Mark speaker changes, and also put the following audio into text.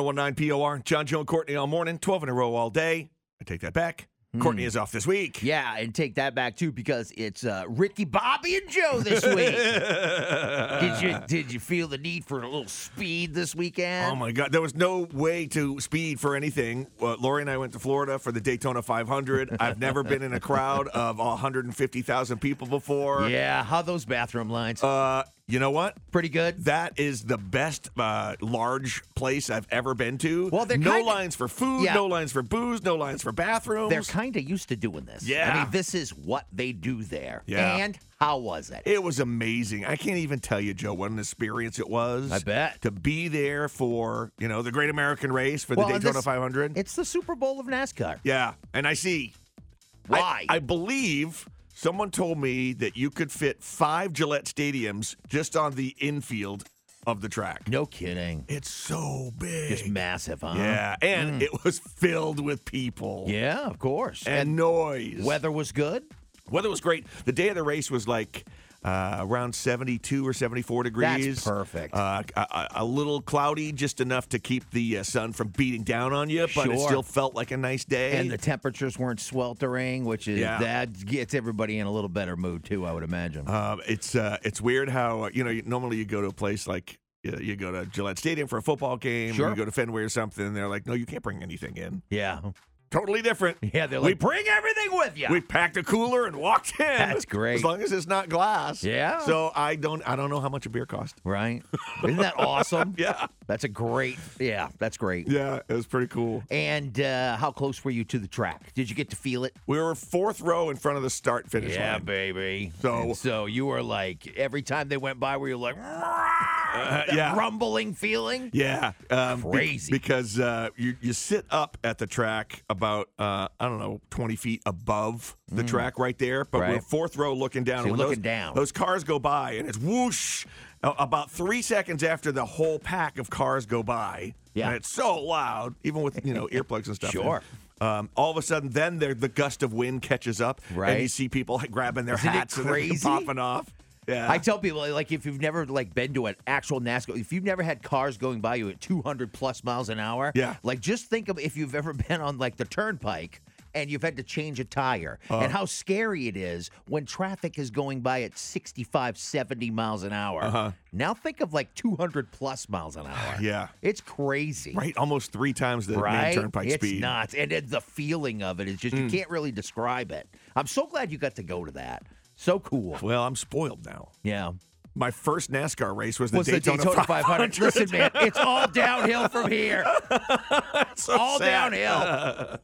Speaker 1: 1019 POR, John, Joe, and Courtney all morning, 12 in a row all day. I take that back. Courtney is off this week.
Speaker 2: Hmm. Yeah, and take that back too because it's uh, Ricky, Bobby, and Joe this week. did you did you feel the need for a little speed this weekend?
Speaker 1: Oh my God! There was no way to speed for anything. Uh, Lori and I went to Florida for the Daytona 500. I've never been in a crowd of 150,000 people before.
Speaker 2: yeah, how those bathroom lines?
Speaker 1: Uh, you know what?
Speaker 2: Pretty good.
Speaker 1: That is the best uh, large place I've ever been to.
Speaker 2: Well, they're
Speaker 1: no
Speaker 2: kinda-
Speaker 1: lines for food,
Speaker 2: Yeah.
Speaker 1: no lines for booze, no lines for bathrooms.
Speaker 2: They're kind of used to doing this. I
Speaker 1: Yeah.
Speaker 2: mean, this is what they do there.
Speaker 1: Yeah.
Speaker 2: And how was it?
Speaker 1: It was amazing. I can't even tell you, Joe, what an experience it was.
Speaker 2: I bet.
Speaker 1: to be there for you know the Great American Race for the
Speaker 2: Well, and
Speaker 1: Daytona
Speaker 2: this-
Speaker 1: 500.
Speaker 2: It's the Super Bowl of NASCAR.
Speaker 1: yeah, and I see. I-
Speaker 2: Why?
Speaker 1: I, believe someone told me that you could fit five Gillette stadiums just on the infield of the track.
Speaker 2: no kidding.
Speaker 1: It's so big.
Speaker 2: Just massive, huh?
Speaker 1: yeah, and it was filled with people.
Speaker 2: Uh-huh. Mm. Yeah, of course.
Speaker 1: And, noise.
Speaker 2: weather was good.
Speaker 1: Weather was great. The day of the race was like uh, around 72 or 74 degrees.
Speaker 2: perfect.
Speaker 1: Uh, a- a, a little cloudy, just enough to keep the uh, sun from beating down on you, but it
Speaker 2: Sure.
Speaker 1: still felt like a nice day.
Speaker 2: And the temperatures weren't sweltering, which is
Speaker 1: Yeah.
Speaker 2: that gets everybody in a little better mood too, I would imagine.
Speaker 1: um, it's uh, it's weird how uh, you know you- normally you go to a place like. uh, You go to Gillette Stadium for a football game, or
Speaker 2: Sure.
Speaker 1: you go to Fenway or something, and they're like, no, you can't bring anything in.
Speaker 2: yeah.
Speaker 1: Totally different.
Speaker 2: Yeah, they're
Speaker 1: We-
Speaker 2: like, bring everything with you.
Speaker 1: We packed a cooler and walked in.
Speaker 2: That's great.
Speaker 1: As long as it's not glass.
Speaker 2: Yeah.
Speaker 1: So I don't I don't know how much a beer cost.
Speaker 2: right? Isn't that awesome?
Speaker 1: Yeah.
Speaker 2: That's a great, yeah, that's great.
Speaker 1: Yeah, it was pretty cool.
Speaker 2: And uh, how close were you to the track? Did you get to feel it?
Speaker 1: We were fourth row in front of the start finish line.
Speaker 2: baby.
Speaker 1: So- Uh,
Speaker 2: And so you were like, every time they went by, were you like, "Ah," that
Speaker 1: yeah.
Speaker 2: rumbling feeling?
Speaker 1: Yeah, um, be-
Speaker 2: Crazy.
Speaker 1: because uh, you you sit up at the track about uh, I don't know twenty feet above the track right there, but we're
Speaker 2: Mm. Right.
Speaker 1: fourth row looking down.
Speaker 2: So you're
Speaker 1: When those-
Speaker 2: looking down.
Speaker 1: Those cars go by and it's whoosh. a- About three seconds after the whole pack of cars go by,
Speaker 2: Yeah.
Speaker 1: and it's so loud, even with you know earplugs and stuff. in.
Speaker 2: Sure.
Speaker 1: Um, all of a sudden, then there the gust of wind catches up, and you
Speaker 2: Right.
Speaker 1: see people like, grabbing their
Speaker 2: Isn't it
Speaker 1: hats and everything
Speaker 2: crazy?
Speaker 1: popping off. Yeah,
Speaker 2: I tell people like if you've never like been to an actual NASCAR, if you've never had cars going by you at 200 plus miles an hour,
Speaker 1: Yeah.
Speaker 2: like just think of if you've ever been on like the turnpike and you've had to change a tire
Speaker 1: Uh-huh.
Speaker 2: and how scary it is when traffic is going by at 65 70 miles an hour. Now think of like 200 plus miles an hour.
Speaker 1: Uh-huh. Yeah.
Speaker 2: It's crazy.
Speaker 1: right, almost three times the
Speaker 2: Right?
Speaker 1: main turnpike
Speaker 2: it's
Speaker 1: speed. Mm.
Speaker 2: nuts. And it, the feeling of it is just you can't really describe it. I'm so glad you got to go to that. So cool.
Speaker 1: Well, I'm spoiled now.
Speaker 2: Yeah.
Speaker 1: My first NASCAR race was the
Speaker 2: was
Speaker 1: Daytona,
Speaker 2: the Daytona 500.
Speaker 1: 500.
Speaker 2: Listen, man, it's all downhill from here.
Speaker 1: So
Speaker 2: all
Speaker 1: sad.
Speaker 2: downhill.